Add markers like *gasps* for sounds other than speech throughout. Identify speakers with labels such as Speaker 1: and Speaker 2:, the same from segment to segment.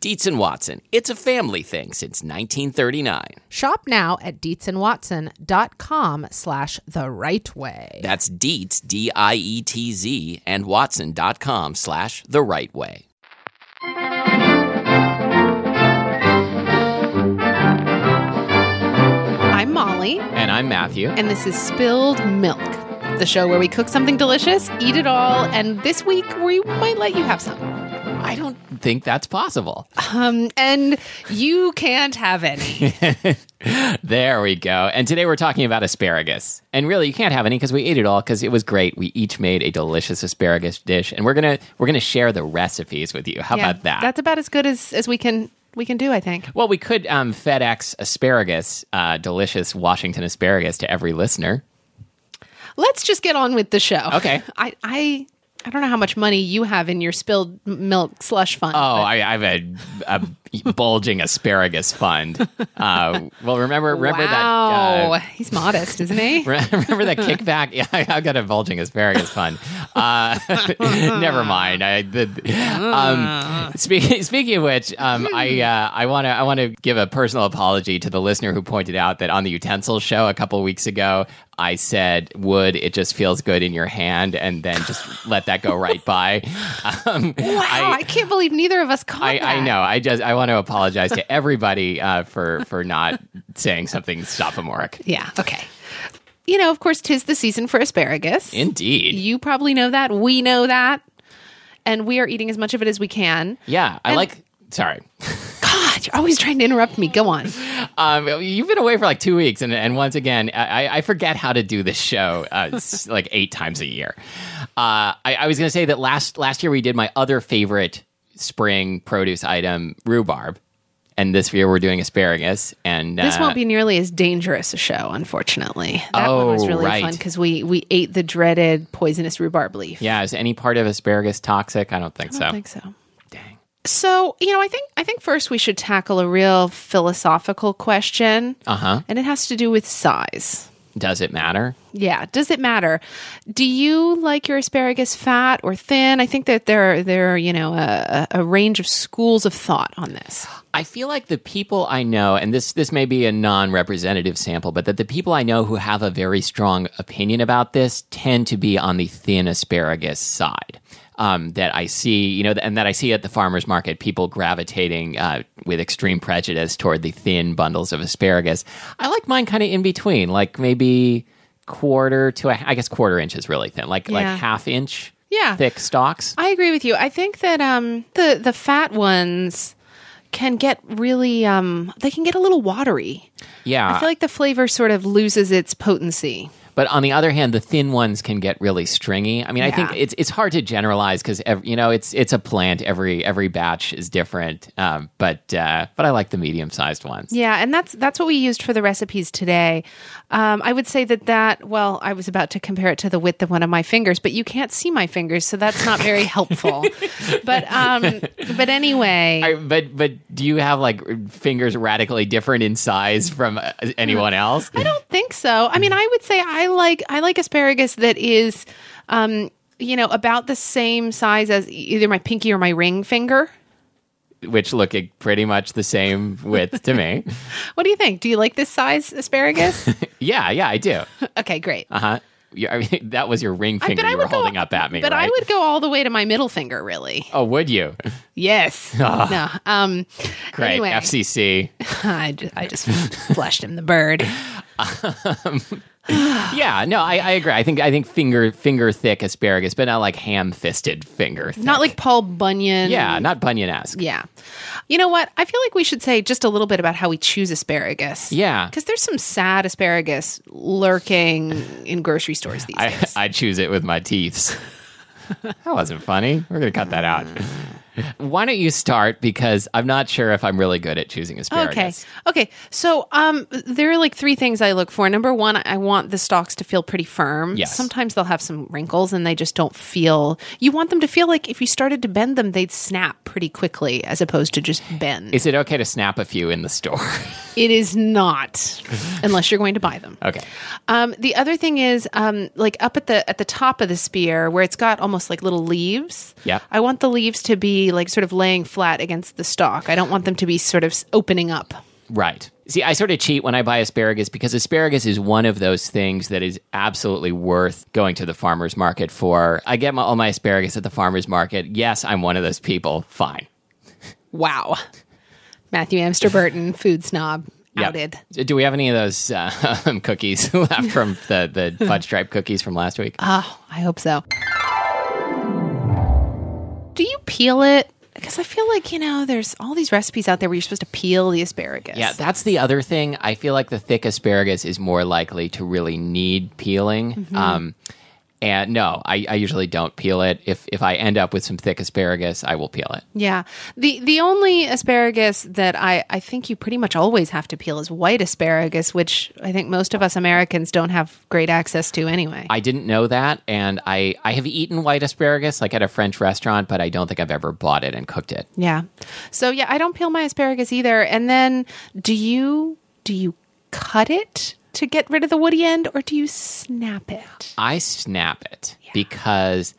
Speaker 1: Dietz and Watson, it's a family thing since 1939.
Speaker 2: Shop now at deetzandwatson.com slash the right way.
Speaker 1: That's Dietz, D I E T Z, and Watson.com slash the right way.
Speaker 2: I'm Molly,
Speaker 1: And I'm Matthew.
Speaker 2: and this is Spilled Milk, the show where we cook something delicious, eat it all, and this week we might let you have some.
Speaker 1: I don't think that's possible.
Speaker 2: Um, and you can't have
Speaker 1: *laughs*
Speaker 2: any.
Speaker 1: There we go. And today we're talking about asparagus. And really, you can't have any because we ate it all because it was great. We each made a delicious asparagus dish, and we're gonna we're gonna share the recipes with you. How
Speaker 2: Yeah,
Speaker 1: about that?
Speaker 2: That's about as good as, as we can we can do, I think.
Speaker 1: well, we could um, FedEx asparagus, uh, delicious Washington asparagus, to every listener.
Speaker 2: Let's just get on with the show.
Speaker 1: Okay.
Speaker 2: I I I don't know how much money you have in your spilled m- milk slush fund.
Speaker 1: Oh, I, I have a, *laughs* a bulging asparagus fund. Uh, well, remember remember that.
Speaker 2: wow.
Speaker 1: uh,
Speaker 2: He's modest, isn't he?
Speaker 1: *laughs* Remember that kickback? Yeah, I got a bulging asparagus fund. Uh, *laughs* never mind. I, the, um, speak, speaking of which, um, I uh, I want to I want to give a personal apology to the listener who pointed out that on the utensils show a couple weeks ago I said wood it just feels good in your hand and then just let that go right by. Um,
Speaker 2: Wow, I, can't believe neither of us caught
Speaker 1: I,
Speaker 2: that.
Speaker 1: I know. I just I want to apologize to everybody uh, for for not saying something sophomoric.
Speaker 2: Yeah, okay. You know, of course, tis the season for asparagus.
Speaker 1: Indeed.
Speaker 2: you probably know that. We know that. And we are eating as much of it as we can.
Speaker 1: Yeah, I
Speaker 2: And-
Speaker 1: like. Sorry,
Speaker 2: God, you're always trying to interrupt me. Go on.
Speaker 1: um, you've been away for like two weeks, and, and once again, I, I- I forget how to do this show
Speaker 2: *laughs*
Speaker 1: uh, s- like eight times a year. Uh, I, I was going to say that last last year we did my other favorite spring produce item, rhubarb, and this year we're doing asparagus. And
Speaker 2: This
Speaker 1: uh,
Speaker 2: won't be nearly as dangerous a show, unfortunately. That one was
Speaker 1: Oh,
Speaker 2: really
Speaker 1: right.
Speaker 2: fun because we, we ate the dreaded poisonous rhubarb leaf.
Speaker 1: Yeah, is any part of asparagus toxic? I don't think
Speaker 2: I
Speaker 1: so.
Speaker 2: think so.
Speaker 1: Dang.
Speaker 2: So, you know, I think I think first we should tackle a real philosophical question.
Speaker 1: Uh huh.
Speaker 2: And it has to do with size.
Speaker 1: Does it matter?
Speaker 2: Yeah, does it matter? Do you like your asparagus fat or thin? I think that there are, there are, you know, a, a a range of schools of thought on this.
Speaker 1: I feel like the people I know, and this this may be a non-representative sample, but that the people I know who have a very strong opinion about this tend to be on the thin asparagus side. Um, that I see, you know, and that I see at the farmers market, people gravitating uh, with extreme prejudice toward the thin bundles of asparagus. I like mine kind of in between, like maybe quarter to a, I guess quarter inch is really thin, like like
Speaker 2: Yeah.
Speaker 1: half inch,
Speaker 2: Yeah.
Speaker 1: thick stalks.
Speaker 2: I agree with you. I think that um, the the fat ones can get really um, they can get a little watery.
Speaker 1: Yeah,
Speaker 2: I feel like the flavor sort of loses its potency.
Speaker 1: But on the other hand, the thin ones can get really stringy. I mean, I think
Speaker 2: Yeah.
Speaker 1: it's it's hard to generalize because you know it's it's a plant. Every every batch is different. Um, but uh, but I like the medium sized ones.
Speaker 2: Yeah, and that's that's what we used for the recipes today. Um, I would say that that well, I was about to compare it to the width of one of my fingers, but you can't see my fingers, so that's not very
Speaker 1: *laughs*
Speaker 2: helpful. but um, but anyway,
Speaker 1: I- but but do you have like fingers radically different in size from uh, anyone else?
Speaker 2: I don't think so. I mean, I would say I like I like asparagus that is, e-, um, you know, about the same size as either my pinky or my ring finger.
Speaker 1: which look e- pretty much the same width
Speaker 2: *laughs*
Speaker 1: to me.
Speaker 2: What do you think? Do you like this size
Speaker 1: *laughs*
Speaker 2: asparagus?
Speaker 1: Yeah, yeah, I do.
Speaker 2: okay, great.
Speaker 1: Uh huh. I mean, *laughs* that was your ring finger
Speaker 2: I
Speaker 1: you were
Speaker 2: would go-
Speaker 1: holding up at me.
Speaker 2: but I
Speaker 1: right?
Speaker 2: would go all the way to my middle finger, really.
Speaker 1: Oh, would
Speaker 2: *laughs*
Speaker 1: you?
Speaker 2: Yes. No. Um,
Speaker 1: Ah. Great.
Speaker 2: Anyway,
Speaker 1: FCC.
Speaker 2: *laughs* I just, I just flushed him the bird.
Speaker 1: Yeah, no, I, I agree. I think I think finger finger thick asparagus, but not like ham fisted finger. Thick.
Speaker 2: Not like Paul Bunyan.
Speaker 1: yeah, not bunion esque.
Speaker 2: Yeah. You know what? I feel like we should say just a little bit about how we choose asparagus.
Speaker 1: Yeah.
Speaker 2: Because there's some sad asparagus lurking in grocery
Speaker 1: *laughs*
Speaker 2: stores these
Speaker 1: I,
Speaker 2: days.
Speaker 1: I choose it with my teeth. *laughs* that wasn't funny. We're gonna cut that out. Why don't you start? Because I'm not sure if I'm really good at choosing
Speaker 2: Okay.
Speaker 1: asparagus.
Speaker 2: Okay. So um, there are like three things I look for. Number one, I want the stalks to feel pretty firm.
Speaker 1: Yes.
Speaker 2: Sometimes they'll have some wrinkles and they just don't feel. You want them to feel like if you started to bend them, they'd snap pretty quickly as opposed to just bend.
Speaker 1: Is it okay to snap a few in the store? *laughs*
Speaker 2: it is not unless you're going to buy them.
Speaker 1: okay.
Speaker 2: Um, the other thing is, um, like up at the at the top of the spear, where it's got almost like little leaves.
Speaker 1: Yeah.
Speaker 2: I want the leaves to be like sort of laying flat against the stalk. I don't want them to be sort of s- opening up.
Speaker 1: Right. See, I sort of cheat when I buy asparagus because asparagus is one of those things that is absolutely worth going to the farmer's market for. I get my, all my asparagus at the farmer's market. Yes, I'm one of those people. Fine.
Speaker 2: Wow, Matthew Amster Burton, food snob,
Speaker 1: Yep.
Speaker 2: outed.
Speaker 1: Do we have any of those uh, *laughs* cookies left from the, the fudge stripe cookies from last week?
Speaker 2: Oh, I hope so. Do you peel it? Because I feel like you know, there's all these recipes out there where you're supposed to peel the asparagus.
Speaker 1: Yeah, that's the other thing. I feel like the thick asparagus is more likely to really need peeling. Um, and no, I, I usually don't peel it. If if I end up with some thick asparagus, I will peel it.
Speaker 2: Yeah. The the only asparagus that I, I think you pretty much always have to peel is white asparagus, which I think most of us Americans don't have great access to anyway.
Speaker 1: I didn't know that, and I I have eaten white asparagus like at a French restaurant, but I don't think I've ever bought it and cooked it.
Speaker 2: yeah. So yeah, I don't peel my asparagus either. And then do you do you cut it to get rid of the woody end or do you snap it?
Speaker 1: I snap it because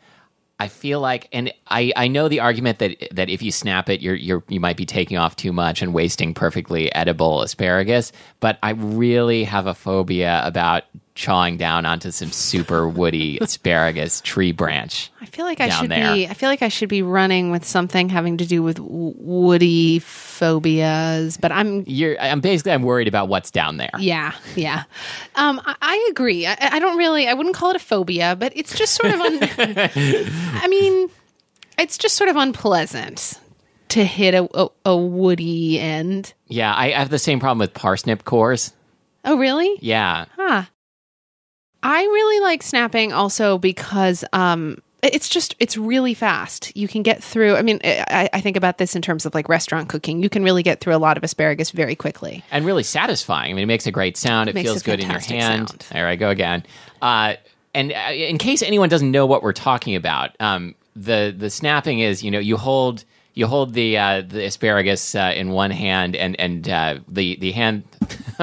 Speaker 1: I feel like, and I, I know the argument that that if you snap it, you're you're you might be taking off too much and wasting perfectly edible asparagus. But I really have a phobia about chawing down onto some super woody asparagus tree branch.
Speaker 2: I feel like I
Speaker 1: Down
Speaker 2: should
Speaker 1: there.
Speaker 2: be I feel like I should be running with something having to do with w- woody phobias, but I'm
Speaker 1: You're, I'm basically I'm worried about what's down there.
Speaker 2: Yeah, yeah. Um, I, I agree. I, I don't really. I wouldn't call it a phobia, but it's just sort of.
Speaker 1: *laughs*
Speaker 2: Un- I mean, it's just sort of unpleasant to hit a, a, a woody end.
Speaker 1: Yeah, I, I have the same problem with parsnip cores.
Speaker 2: Oh, really?
Speaker 1: Yeah,
Speaker 2: Huh. I really like snapping also because um it- it's just it's really fast. You can get through. I mean, I, I think about this in terms of like restaurant cooking. You can really get through a lot of asparagus very
Speaker 1: *laughs*
Speaker 2: quickly.
Speaker 1: and really satisfying. I mean, it makes a great sound. It,
Speaker 2: makes
Speaker 1: feels
Speaker 2: a
Speaker 1: good in your
Speaker 2: fantastic
Speaker 1: hand.
Speaker 2: sound.
Speaker 1: There I go again. Uh, and uh, in case anyone doesn't know what we're talking about, um, the the snapping is you know you hold you hold the uh, the asparagus uh, in one hand and and uh, the the hand.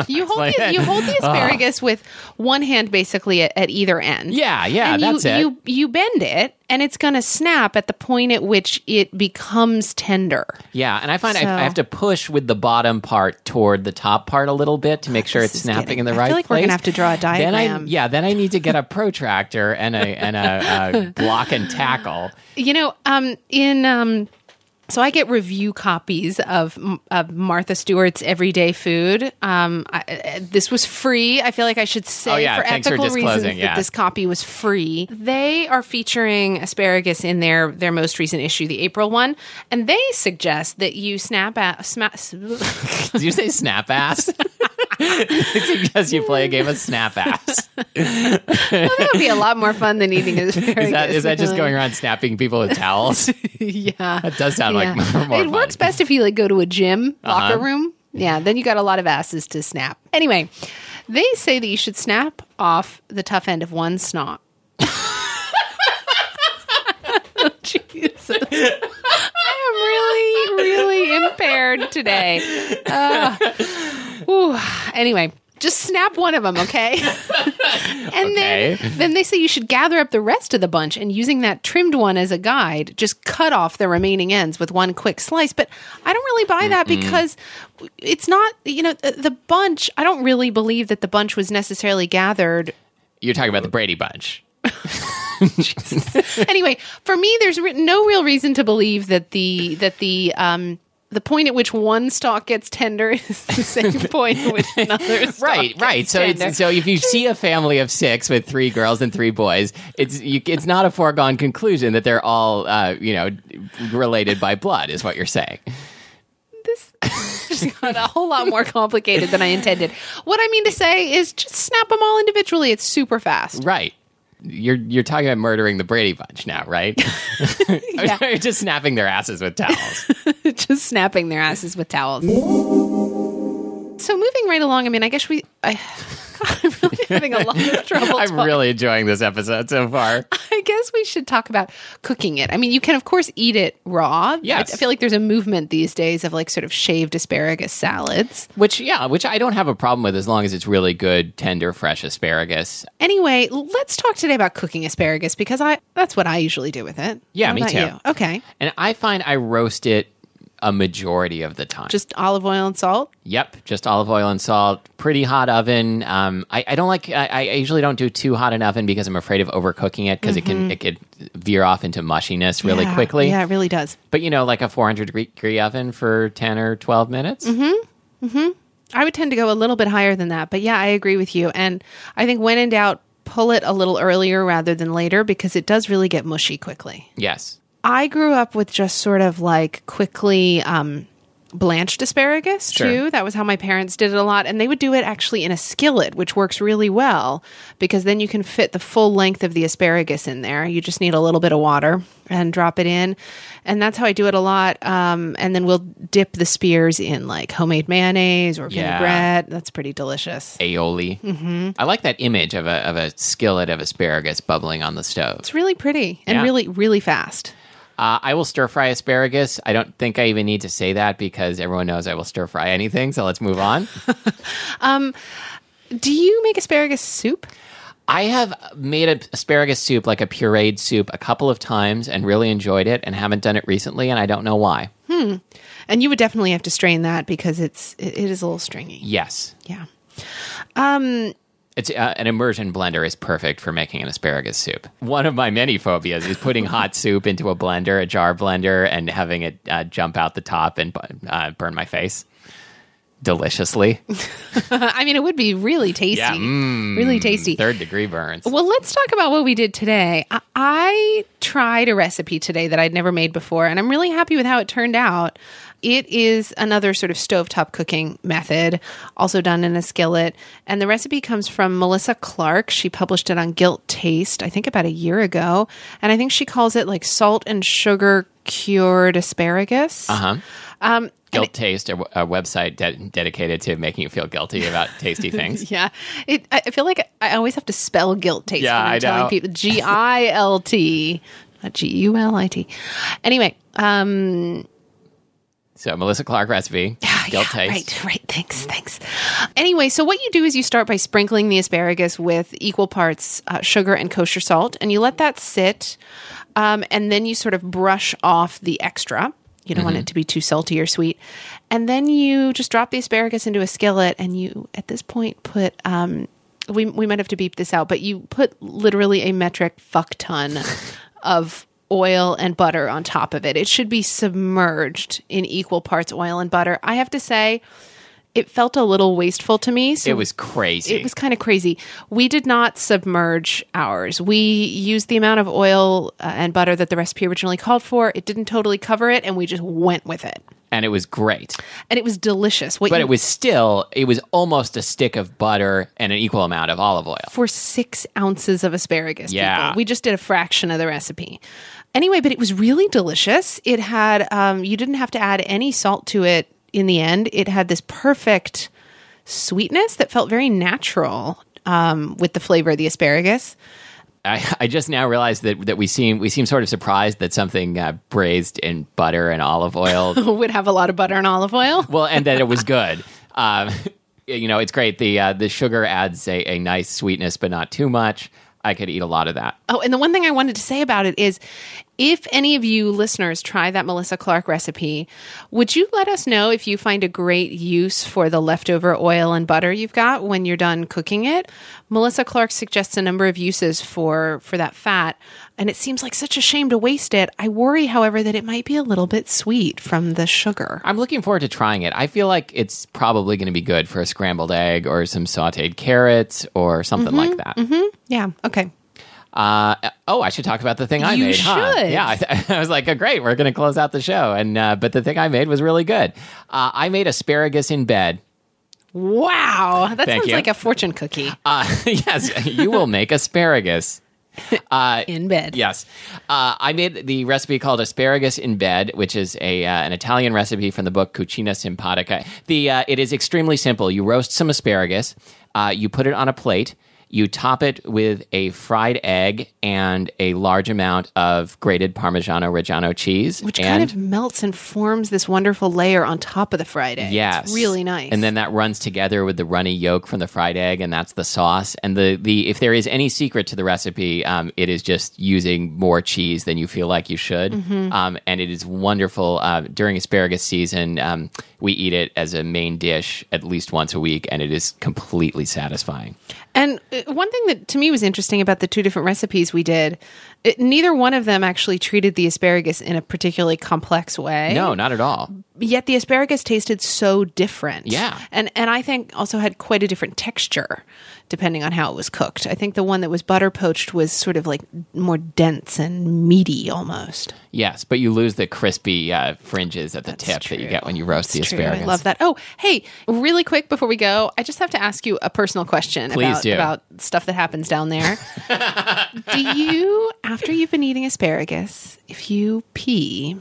Speaker 2: You hold
Speaker 1: like- Uh-huh.
Speaker 2: the, you hold
Speaker 1: *laughs*
Speaker 2: the asparagus with one hand basically at, at either end.
Speaker 1: Yeah, yeah,
Speaker 2: and
Speaker 1: that's
Speaker 2: you,
Speaker 1: it.
Speaker 2: You you bend it, and it's going to snap at the point at which it becomes tender.
Speaker 1: yeah, and I find I,
Speaker 2: So-
Speaker 1: I have to push with the bottom part toward the top part a little bit to make sure
Speaker 2: this
Speaker 1: it's
Speaker 2: is
Speaker 1: snapping
Speaker 2: getting-
Speaker 1: in the
Speaker 2: I feel
Speaker 1: right
Speaker 2: like we're
Speaker 1: place.
Speaker 2: gonna have to draw a
Speaker 1: Then I-
Speaker 2: diagram.
Speaker 1: yeah, then I need to get a protractor and a and
Speaker 2: *laughs*
Speaker 1: a, a block and tackle.
Speaker 2: You know, um, in um, so I get review copies of, of Martha Stewart's Everyday Food. Um, I, uh, this was free. I feel like I should say
Speaker 1: Oh, yeah,
Speaker 2: for
Speaker 1: thanks for
Speaker 2: ethical reasons
Speaker 1: disclosing, yeah.
Speaker 2: that this copy was free. They are featuring asparagus in their their most recent issue, the April one, and they suggest that you snap at sma- *laughs*
Speaker 1: Did you say snap ass? it suggests you play a game of snap
Speaker 2: *laughs*
Speaker 1: ass.
Speaker 2: That would be a lot more fun than eating asparagus.
Speaker 1: *laughs* Is that is that just going around snapping people with towels?
Speaker 2: *laughs* yeah.
Speaker 1: That does sound
Speaker 2: Yeah.
Speaker 1: like *laughs* more, Uh-huh. more
Speaker 2: it
Speaker 1: fun.
Speaker 2: works best if you like go to a gym locker room. Yeah, then you got a lot of asses to snap. Anyway, they say that you should snap off the tough end of one snot. *laughs* Jesus. *laughs* I am really, really impaired today. Ugh. Ooh. Anyway, Just snap one of them, okay?
Speaker 1: *laughs*
Speaker 2: and
Speaker 1: Okay.
Speaker 2: then then they say you should gather up the rest of the bunch and using that trimmed one as a guide, just cut off the remaining ends with one quick slice. But I don't really buy that because it's not, you know, the, the bunch, I don't really believe that the bunch was necessarily
Speaker 1: *laughs*
Speaker 2: gathered
Speaker 1: You're talking about the Brady Bunch.
Speaker 2: anyway, for me, there's re- no real reason to believe that the that the um, the point at which one stalk gets tender is the same
Speaker 1: *laughs*
Speaker 2: point at which another stalk
Speaker 1: Right,
Speaker 2: gets
Speaker 1: right. So,
Speaker 2: tender.
Speaker 1: it's, so if you see a family of six with three girls and three boys, it's you, it's not a foregone conclusion that they're all uh, you know related by blood, is what you're saying.
Speaker 2: *laughs* It's got a whole lot more complicated than I intended. What I mean to say is just snap them all individually. It's super fast. *laughs*
Speaker 1: Right. You're you're talking about murdering the Brady Bunch now,
Speaker 2: *laughs*
Speaker 1: right? you're *laughs* just snapping their asses with towels.
Speaker 2: just snapping their asses with towels. So moving right along, I mean, I guess we. I, *laughs* God, I'm really having a lot of trouble.
Speaker 1: *laughs* I'm
Speaker 2: talking.
Speaker 1: really enjoying this episode so far.
Speaker 2: I guess we should talk about cooking it. I mean, you can of course eat it raw.
Speaker 1: Yes.
Speaker 2: I, I feel like there's a movement these days of like sort of shaved asparagus salads.
Speaker 1: Which yeah, which I don't have a problem with as long as it's really good, tender, fresh asparagus.
Speaker 2: Anyway, let's talk today about cooking asparagus because I that's what I usually do with it.
Speaker 1: Yeah,
Speaker 2: What
Speaker 1: me
Speaker 2: about
Speaker 1: too.
Speaker 2: you? Okay.
Speaker 1: And I find I roast it a majority of the time.
Speaker 2: Just olive oil and salt.
Speaker 1: Yep, just olive oil and salt. Pretty hot oven. Um, I, I don't like. I, I usually don't do too hot an oven because I'm afraid of overcooking it because it can it could veer off into mushiness really
Speaker 2: Mm-hmm. Yeah.
Speaker 1: quickly.
Speaker 2: Yeah, it really does.
Speaker 1: But you know, like a 400 degree- degree oven for 10 or 12 minutes.
Speaker 2: Mm-hmm. I would tend to go a little bit higher than that, but yeah, I agree with you. And I think when in doubt, pull it a little earlier rather than later because it does really get mushy quickly.
Speaker 1: Yes.
Speaker 2: I grew up with just sort of like quickly um, blanched asparagus
Speaker 1: Sure.
Speaker 2: too. That was how my parents did it a lot, and they would do it actually in a skillet, which works really well because then you can fit the full length of the asparagus in there. You just need a little bit of water and drop it in, and that's how I do it a lot. Um, and then we'll dip the spears in like homemade mayonnaise or
Speaker 1: Yeah.
Speaker 2: vinaigrette. That's pretty delicious.
Speaker 1: Aioli. Mm-hmm. I like that image of a, of a skillet of asparagus bubbling on the stove.
Speaker 2: It's really pretty and
Speaker 1: Yeah.
Speaker 2: really really fast.
Speaker 1: Uh, I will stir fry asparagus. I don't think I even need to say that because everyone knows I will stir fry anything. So let's move on.
Speaker 2: Do you make asparagus soup?
Speaker 1: I have made a asparagus soup, like a pureed soup, a couple of times and really enjoyed it and haven't done it recently. And I don't know why.
Speaker 2: And you would definitely have to strain that because it's it, it is a little stringy.
Speaker 1: Yes.
Speaker 2: Yeah.
Speaker 1: It's uh, an immersion blender is perfect for making an asparagus soup. One of my many phobias is putting hot soup into a blender, a jar blender, and having it uh, jump out the top and bu- uh, burn my face deliciously.
Speaker 2: Uh, I mean, it would be really tasty.
Speaker 1: Yeah, mm.
Speaker 2: really tasty.
Speaker 1: Third degree burns.
Speaker 2: Well, let's talk about what we did today. I, I tried a recipe today that I'd never made before, and I'm really happy with how it turned out. It is another sort of stovetop cooking method, also done in a skillet. And the recipe comes from Melissa Clark. She published it on Guilt Taste, I think about a year ago. And I think she calls it like salt and sugar cured asparagus.
Speaker 1: Uh-huh. Guilt Taste, a, w- a website de- dedicated to making you feel guilty
Speaker 2: *laughs*
Speaker 1: about tasty things.
Speaker 2: Yeah, it. I I feel like I always have to spell guilt taste.
Speaker 1: Yeah,
Speaker 2: when I'm
Speaker 1: I
Speaker 2: telling
Speaker 1: know.
Speaker 2: people G I L T, not G U L I T. Anyway, um,
Speaker 1: So Melissa Clark recipe, Guilt
Speaker 2: yeah,
Speaker 1: Taste.
Speaker 2: Right, *laughs* right. Thanks, thanks. Anyway, so what you do is you start by sprinkling the asparagus with equal parts uh, sugar and kosher salt, and you let that sit, um, and then you sort of brush off the extra. You don't want it to be too salty or sweet, and then you just drop the asparagus into a skillet, and you at this point put. Um, we we might have to beep this out, but you put literally a metric fuck ton of oil and butter on top of it. It should be submerged in equal parts oil and butter. I have to say, it felt a little wasteful to me. So
Speaker 1: It was crazy.
Speaker 2: it was kind of crazy. We did not submerge ours. We used the amount of oil uh, and butter that the recipe originally called for. It didn't totally cover it, and we just went with it.
Speaker 1: and it was great.
Speaker 2: And it was delicious. What
Speaker 1: But
Speaker 2: you
Speaker 1: it was still, it was almost a stick of butter and an equal amount of olive oil.
Speaker 2: for six ounces of asparagus.
Speaker 1: Yeah.
Speaker 2: people. we just did a fraction of the recipe. Anyway, but it was really delicious. It had um, you didn't have to add any salt to it. In the end, it had this perfect sweetness that felt very natural um, with the flavor of the asparagus.
Speaker 1: I, I just now realized that, that we seem we seem sort of surprised that something uh, braised in
Speaker 2: *laughs*
Speaker 1: butter and olive oil.
Speaker 2: Would have a lot of butter and olive oil.
Speaker 1: well, and that it was good. Um, *laughs* you know, it's great. The uh, the sugar adds a, a nice sweetness, but not too much. I could eat a lot of that.
Speaker 2: Oh, and the one thing I wanted to say about it is if any of you listeners try that Melissa Clark recipe, would you let us know if you find a great use for the leftover oil and butter you've got when you're done cooking it? Melissa Clark suggests a number of uses for for that fat, and it seems like such a shame to waste it. I worry, however, that it might be a little bit sweet from the sugar.
Speaker 1: I'm looking forward to trying it. I feel like it's probably going to be good for a scrambled egg or some sautéed carrots or something
Speaker 2: Mm-hmm,
Speaker 1: like that.
Speaker 2: Yeah, okay.
Speaker 1: Uh, oh, I should talk about the thing I
Speaker 2: You
Speaker 1: made. huh?
Speaker 2: should.
Speaker 1: Yeah, I, *laughs* I was like, oh, great, we're going to close out the show, and uh, but the thing I made was really good. Uh, I made asparagus in bed.
Speaker 2: Wow, that
Speaker 1: Thank
Speaker 2: sounds
Speaker 1: you.
Speaker 2: like a fortune cookie
Speaker 1: Uh, *laughs* yes, you will make asparagus.
Speaker 2: in bed.
Speaker 1: Yes, uh, I made the recipe called asparagus in bed, which is a uh, an Italian recipe from the book Cucina Simpatica. The uh, it is extremely simple. You roast some asparagus, uh, you put it on a plate, you top it with a fried egg and a large amount of grated Parmigiano Reggiano cheese,
Speaker 2: Which
Speaker 1: and,
Speaker 2: kind of melts and forms this wonderful layer on top of the fried egg.
Speaker 1: Yes,
Speaker 2: It's really nice.
Speaker 1: And then that runs together with the runny yolk from the fried egg, and that's the sauce. And the the if there is any secret to the recipe, um, it is just using more cheese than you feel like you should.
Speaker 2: Mm-hmm.
Speaker 1: Um, and it is wonderful uh, during asparagus season. Um, we eat it as a main dish at least once a week, and it is completely satisfying.
Speaker 2: And uh, one thing that to me was interesting about the two different recipes we did, it, neither one of them actually treated the asparagus in a particularly complex way.
Speaker 1: No, not at all.
Speaker 2: Yet the asparagus tasted so different.
Speaker 1: Yeah.
Speaker 2: And and I think also had quite a different texture depending on how it was cooked. I think the one that was butter poached was sort of like more dense and meaty almost.
Speaker 1: Yes, but you lose the crispy uh, fringes at the tip that you
Speaker 2: true.
Speaker 1: get when you roast the
Speaker 2: True,
Speaker 1: asparagus.
Speaker 2: I love that. Oh, hey, really quick before we go, I just have to ask you a personal question
Speaker 1: Please
Speaker 2: about,
Speaker 1: do.
Speaker 2: about stuff that happens down
Speaker 1: *laughs*
Speaker 2: there. do you, after you've been eating asparagus, if you pee,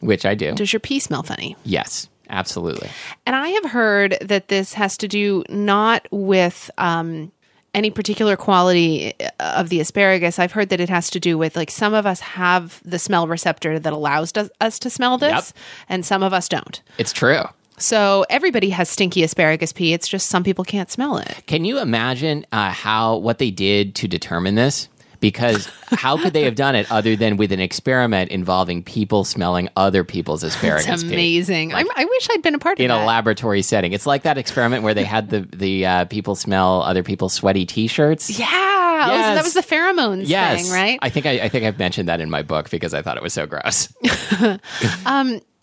Speaker 1: Which I do.
Speaker 2: does your pee smell funny?
Speaker 1: Yes, absolutely.
Speaker 2: And I have heard that this has to do not with um, any particular quality uh, of the asparagus. I've heard that it has to do with like some of us have the smell receptor that allows us- us to smell this, and some of us don't.
Speaker 1: It's true.
Speaker 2: So everybody has stinky asparagus pee. It's just some people can't smell it.
Speaker 1: Can you imagine uh, how what they did to determine this?
Speaker 2: *laughs*
Speaker 1: Because how could they have done it other than with an experiment involving people smelling other people's asparagus?
Speaker 2: It's
Speaker 1: pee?
Speaker 2: amazing. I'm, I wish I'd been a part of
Speaker 1: In
Speaker 2: that.
Speaker 1: a laboratory setting, it's like that experiment where they had the the uh, people smell other people's sweaty T-shirts.
Speaker 2: yeah. Oh, so that
Speaker 1: Yes.
Speaker 2: was the pheromones
Speaker 1: Yes,
Speaker 2: thing, right?
Speaker 1: I think I, I think I've mentioned that in my book because I thought it was so gross.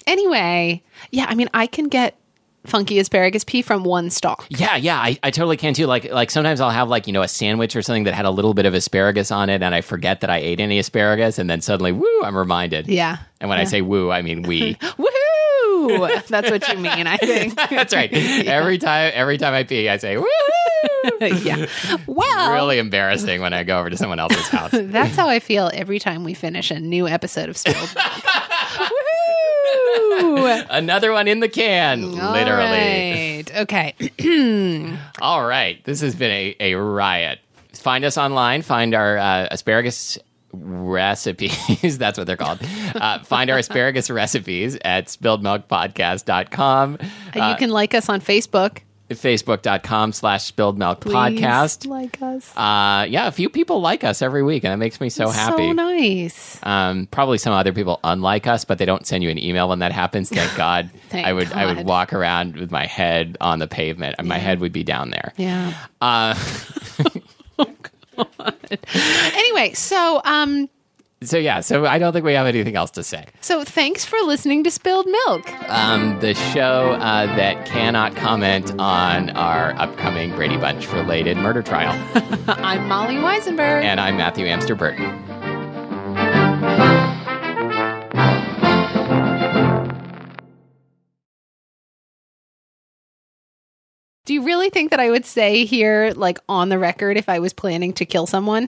Speaker 2: anyway, yeah, I mean, I can get funky asparagus pee from one
Speaker 1: *gasps*
Speaker 2: stalk.
Speaker 1: Yeah, yeah, I, I totally can too. Like like sometimes I'll have like, you know, a sandwich or something that had a little bit of asparagus on it and I forget that I ate any asparagus and then suddenly woo, I'm reminded.
Speaker 2: Yeah.
Speaker 1: And when I say woo, I mean
Speaker 2: *laughs*
Speaker 1: we. *laughs*
Speaker 2: Woohoo! That's what you mean, I think.
Speaker 1: That's right. Every time every time I pee, I say woo.
Speaker 2: *laughs* yeah. Well,
Speaker 1: Really embarrassing when I go over to someone else's
Speaker 2: *laughs*
Speaker 1: house.
Speaker 2: that's how I feel every time we finish a new episode of Spilled Milk.
Speaker 1: *laughs*
Speaker 2: Woohoo!
Speaker 1: Another one in the can, literally.
Speaker 2: All right. Okay. *clears throat*
Speaker 1: All right. This has been a, a riot. Find us online. Find our uh, asparagus recipes. *laughs* That's what they're called. Uh, find our asparagus recipes at spilledmilkpodcast.com. Uh,
Speaker 2: you can like us on Facebook.
Speaker 1: Facebook.com slash
Speaker 2: Please
Speaker 1: spilledmilkpodcast.
Speaker 2: Like us.
Speaker 1: Uh, yeah, a few people like us every week, and that makes me so happy.
Speaker 2: So nice.
Speaker 1: um, probably some other people unlike us, but they don't send you an email when that
Speaker 2: *laughs*
Speaker 1: happens. Thank God.
Speaker 2: Thank
Speaker 1: I would I would
Speaker 2: God.
Speaker 1: walk around with my head on the pavement, and my head would be down there.
Speaker 2: Yeah. *laughs* Oh,
Speaker 1: Uh,
Speaker 2: Anyway, so um
Speaker 1: So yeah, so I don't think we have anything else to say.
Speaker 2: so thanks for listening to Spilled Milk. Uh,
Speaker 1: Um, the show uh, that cannot comment on our upcoming Brady Bunch related murder trial,
Speaker 2: I'm Molly Weisenberg.
Speaker 1: and I'm Matthew Amster Burton.
Speaker 2: Do you really think that I would say here like on the record if I was planning to kill someone?